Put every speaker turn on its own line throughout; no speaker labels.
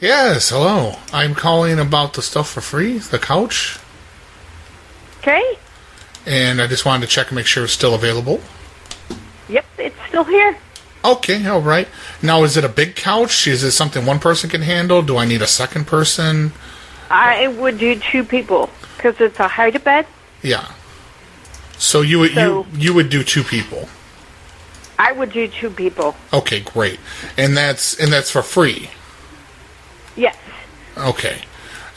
Yes, hello. I'm calling about the stuff for free, the couch,
Okay.
and I just wanted to check and make sure it's still available.
Yep, it's still here.
Okay, all right. Now, is it a big couch? Is it something one person can handle? Do I need a second person?
I would do two people because it's a height of bed.
Yeah. So you would
So-
you you would do two people.
I would do two people.
Okay, great. And that's and that's for free.
Yes.
Okay.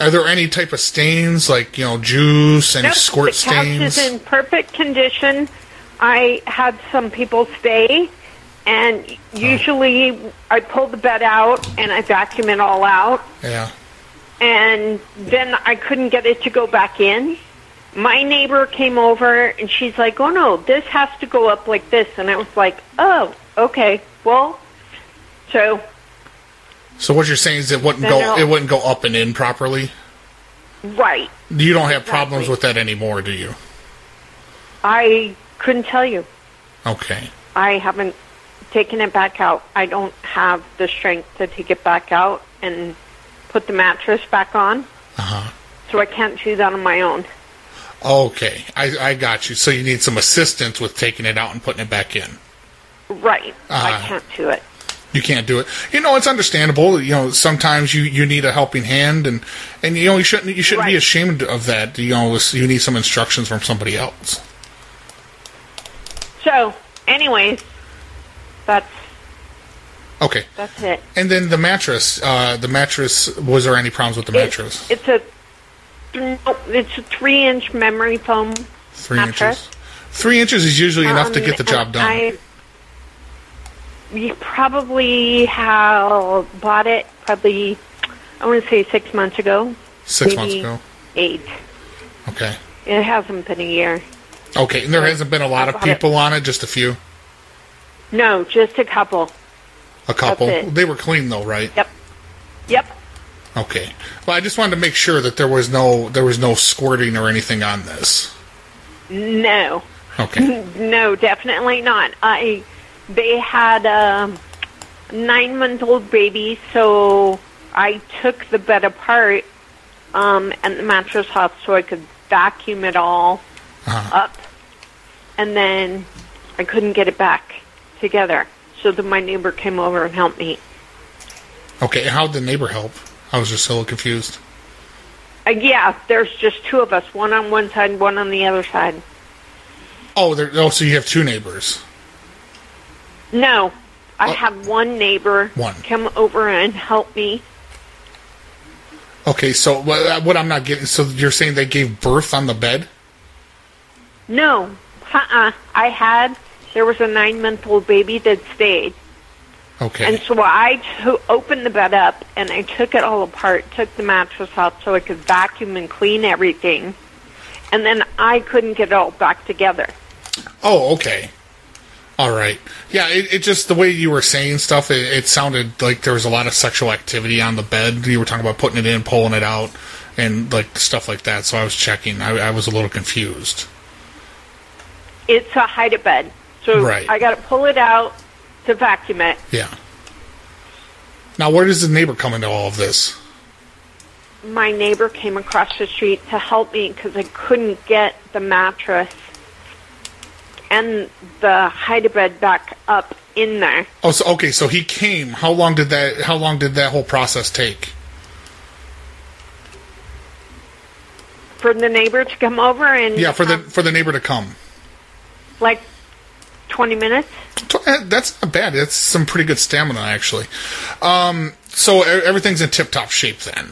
Are there any type of stains like you know juice any
Nope,
squirt
the couch
stains?
is in perfect condition. I had some people stay, and usually I pull the bed out and I vacuum it all out,
yeah.
and then I couldn't get it to go back in. My neighbor came over and she's like, "Oh no, this has to go up like this," and I was like, "Oh, okay, well." So
So what you're saying is it wouldn't
Then
go
they'll-
it wouldn't go up and in properly.
right,
You don't have problems
Exactly.
with that anymore, do you?
I couldn't tell you.
Okay.
I haven't taken it back out. I don't have the strength to take it back out and put the mattress back on.
Uh-huh.
So I can't do that on my own.
Okay. I I got you. So you need some assistance with taking it out and putting it back in.
Right.
Ah.
I can't do it.
you can't do it. You know, it's understandable. You know, sometimes you, you need a helping hand, and and you know you shouldn't you shouldn't be
Right.
ashamed of that. You know, you need some instructions from somebody else.
So, anyways, that's
Okay,
that's it.
and then the mattress. Uh, the mattress. Was there any problems with the mattress?
It's a no, it's a three inch memory foam.
Three
mattress.
inches. Three inches is usually enough to
Um,
get the job
and
done.
I, we probably have bought it probably I want to say six months ago.
Six months
maybe
ago.
Eight.
Okay.
It hasn't been a year.
Okay, and there hasn't been a lot
I
of
bought it.
people on it. Just a few,
No, just a couple.
a couple.
it.
They were clean though, right?
Yep. Yep.
Okay. Well, I just wanted to make sure that there was no there was no squirting or anything on this.
No.
Okay.
No, definitely not. I they had a 9-month-old baby, so I took the bed apart um and the mattress off so I could vacuum it all
Uh-huh.
up. And then I couldn't get it back together. So then my neighbor came over and helped me.
Okay, how'd the neighbor help? I was just a little confused.
Uh, yeah, there's just two of us, one on one side, one on the other side.
Oh, there. Oh, so you have two neighbors.
No, I
Oh.
had one neighbor
One.
come over and help me.
Okay, so uh, what, what I'm not getting. So you're saying they gave birth on the bed?
No, uh-uh. I had there was a nine-month-old baby that stayed,
Okay.
and so I to- opened the bed up and I took it all apart, took the mattress out so I could vacuum and clean everything, and then I couldn't get it all back together.
oh, okay. All right. Yeah, it, it just the way you were saying stuff. It, it sounded like there was a lot of sexual activity on the bed. You were talking about putting it in, pulling it out, and like stuff like that. So I was checking. I, I was a little confused.
It's a hide a bed, so
Right.
I got to pull it out to vacuum it.
Yeah. Now, where does the neighbor come into all of this?
my neighbor came across the street to help me because I couldn't get the mattress and the hide bed back up in there.
Oh, so, okay. So he came. How long did that? How long did that whole process take?
For the neighbor to come over and
Yeah, for the for the neighbor to come.
like twenty minutes.
Tw- eh, That's not bad. That's some pretty good stamina, actually. Um, so e- everything's in tip top shape then.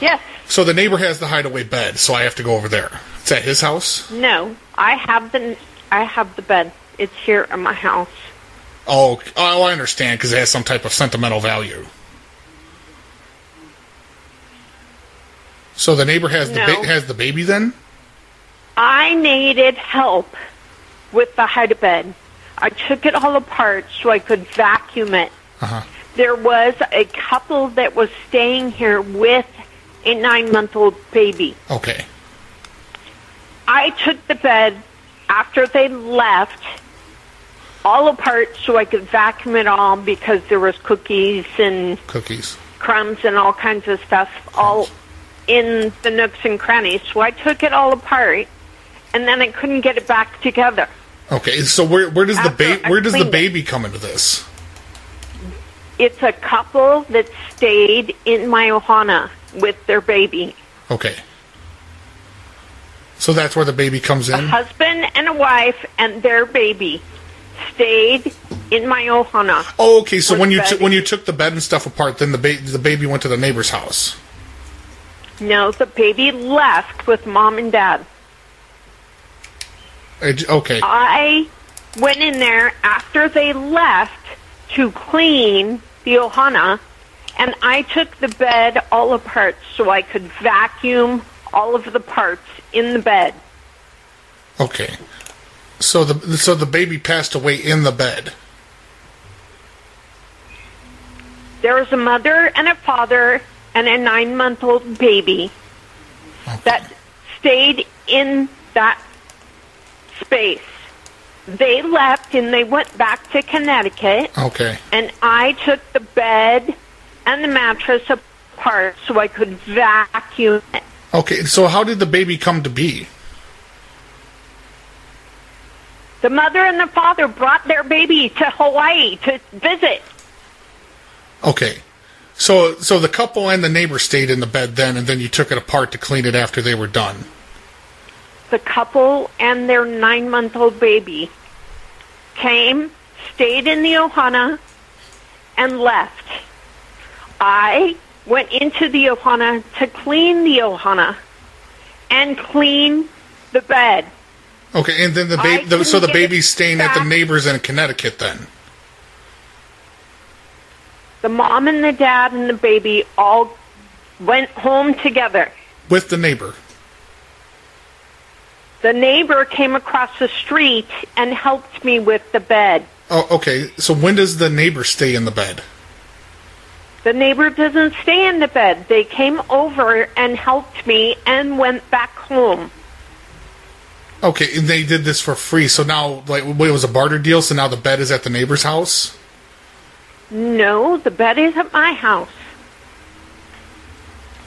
Yes.
So the neighbor has the hideaway bed, so I have to go over there. It's at his house.
No. I have the I have the bed. It's here in my house.
Oh, c- oh I understand because it has some type of sentimental value. So the neighbor has the
No.
ba- has the baby then.
I needed help with the hide bed. I took it all apart so I could vacuum it.
Uh-huh.
There was a couple that was staying here with a nine month old baby.
Okay.
I took the bed after they left all apart so I could vacuum it all because there was cookies and
Cookies.
crumbs and all kinds of stuff all in the nooks and crannies. So I took it all apart, and then I couldn't get it back together.
Okay, so where where does the
After
baby
I
where does the
cleaned it.
baby come into this?
It's a couple that stayed in my ohana with their baby,
Okay. So that's where the baby comes
a
in.
husband and a wife and their baby stayed in my ohana.
Oh, okay. So
With
when you
the
t-
baby.
when you took the bed and stuff apart, then the ba- the baby went to the neighbor's house.
No, the baby left with mom and dad.
Uh, j- Okay.
I went in there after they left to clean the ohana, and I took the bed all apart so I could vacuum all of the parts in the bed.
Okay. So the so the baby passed away in the bed.
There was a mother and a father and a nine month old baby that stayed in that space. They left and they went back to Connecticut.
Okay.
and I took the bed and the mattress apart so I could vacuum it.
Okay. So how did the baby come to be?
The mother and the father brought their baby to Hawaii to visit.
Okay. So so the couple and the neighbor stayed in the bed then, and then you took it apart to clean it after they were done.
The couple and their nine month old baby came, stayed in the Ohana, and left. I went into the Ohana to clean the Ohana and clean the bed.
Okay, and then the
I
baby. The, so
couldn't
the
get
baby's
it
staying at the
back.
neighbors in Connecticut then.
The mom and the dad and the baby all went home together.
with the neighbor.
The neighbor came across the street and helped me with the bed.
Oh, okay. So when does the neighbor stay in the bed?
The neighbor doesn't stay in the bed. They came over and helped me and went back home.
Okay, and they did this for free. So now, like, wait, it was a barter deal. So now the bed is at the neighbor's house.
No, the bed is at my house.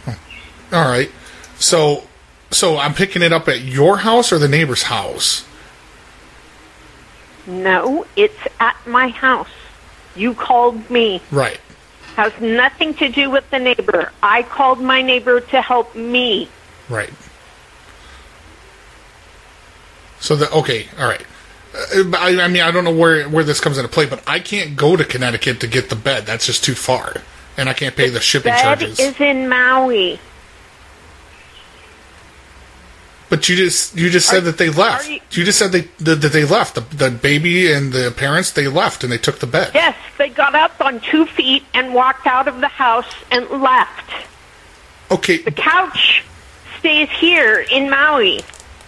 All right. So, so I'm picking it up at your house or the neighbor's house.
No, it's at my house. You called me.
Right.
Has nothing to do with the neighbor. I called my neighbor to help me.
Right. So the okay, all right. Uh, but I, I mean, I don't know where where this comes into play, but I can't go to Connecticut to get the bed. That's just too far, and I can't pay the shipping
Bed
charges.
is in Maui.
But you just you just said that they left.
are
You,
you-
just said they that, that they left. The, the baby and the parents they left and they took the bed.
Yes, they got up on two feet and walked out of the house and left.
Okay,
The couch stays here in Maui.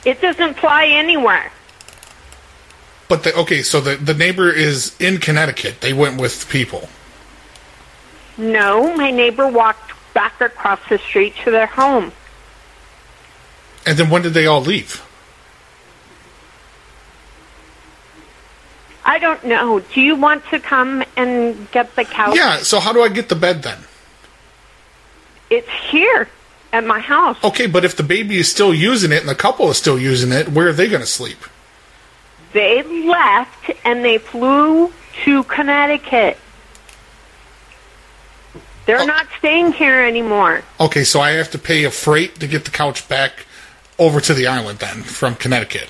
It doesn't fly anywhere.
but the, okay, so the the neighbor is in Connecticut. They went with people.
No, my neighbor walked back across the street to their home.
And then when did they all leave?
I don't know. Do you want to come and get the couch?
Yeah, so how do I get the bed then?
It's here at my house.
Okay, but if the baby is still using it and the couple is still using it, where are they going to sleep?
They left and they flew to Connecticut. They're not staying here anymore.
Okay, so I have to pay a freight to get the couch back over to the island then from Connecticut.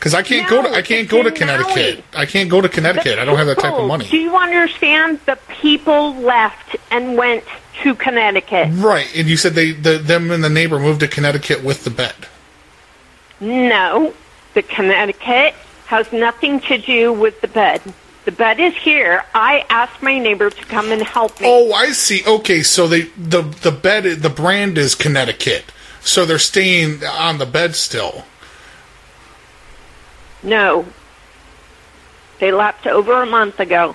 Cuz I can't go
No,
to I can't
it's
go to
in
Connecticut.
Maui.
I can't go to Connecticut. I don't have that type of
People,
money.
Oh, Do you understand? The people left and went to Connecticut.
Right, and you said they the, them and the neighbor moved to Connecticut with the bed.
No, the Connecticut has nothing to do with the bed. The bed is here. I asked my neighbor to come and help me.
Oh, I see. Okay, so they the the bed the brand is Connecticut, so they're staying on the bed still.
No, they left over a month ago.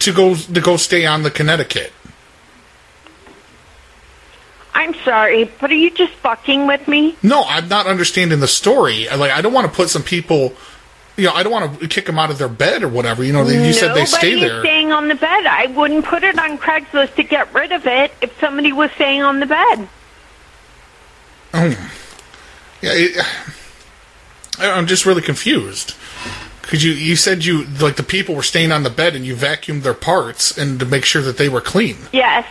To go to go stay on the Connecticut.
I'm sorry, but are you just fucking with me?
No, I'm not understanding the story. I- Like I don't want to put some people, you know, I don't want to kick them out of their bed or whatever. You know, they, you said they
Nobody
stay
is
there.
staying staying on the bed. I wouldn't put it on Craigslist to get rid of it if somebody was staying on the bed.
Yeah, it, I- I'm just really confused. Cause you you said you like the people were staying on the bed and you vacuumed their parts and to make sure that they were clean.
Yes.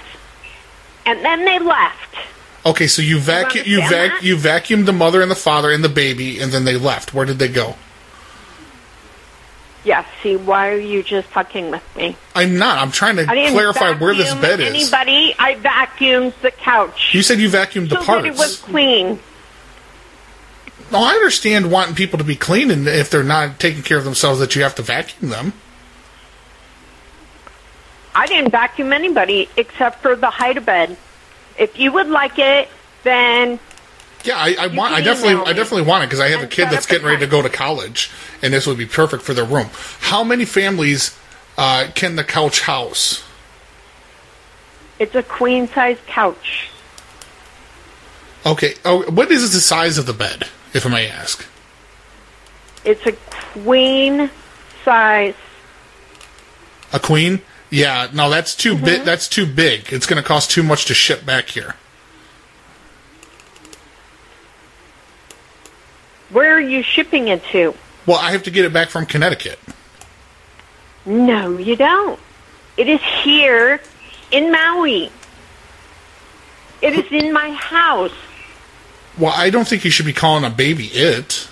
And then they left.
Okay, so you vacu- you
understand
vac-
that?
you vacuumed the mother and the father and the baby and then they left. Where did they go?
Yes, see, why are you just fucking with me?
I'm not. I'm trying to
I didn't
clarify where this
vacuum
bed is.
Anybody, I vacuumed the couch.
You said you vacuumed the
so
parts.
that it was clean.
No, I understand wanting people to be clean, and if they're not taking care of themselves, that you have to vacuum them.
I didn't vacuum anybody except for the hide bed. If you would like it, then
Yeah, I, I want. I
can
definitely,
email
I
me.
definitely want it because I have a
And
kid
set
that's
up a
getting ready to go
time.
to college, and this would be perfect for their room. How many families uh, can the couch house?
it's a queen size couch.
Okay. Oh, what is the size of the bed, if I may ask?
It's a queen size.
A queen? Yeah. No, that's too
Mm-hmm.
big. That's too big. It's going to cost too much to ship back here.
Where are you shipping it to?
Well, I have to get it back from Connecticut.
No, you don't. It is here in Maui. It is in my house.
Well, I don't think you should be calling a baby it.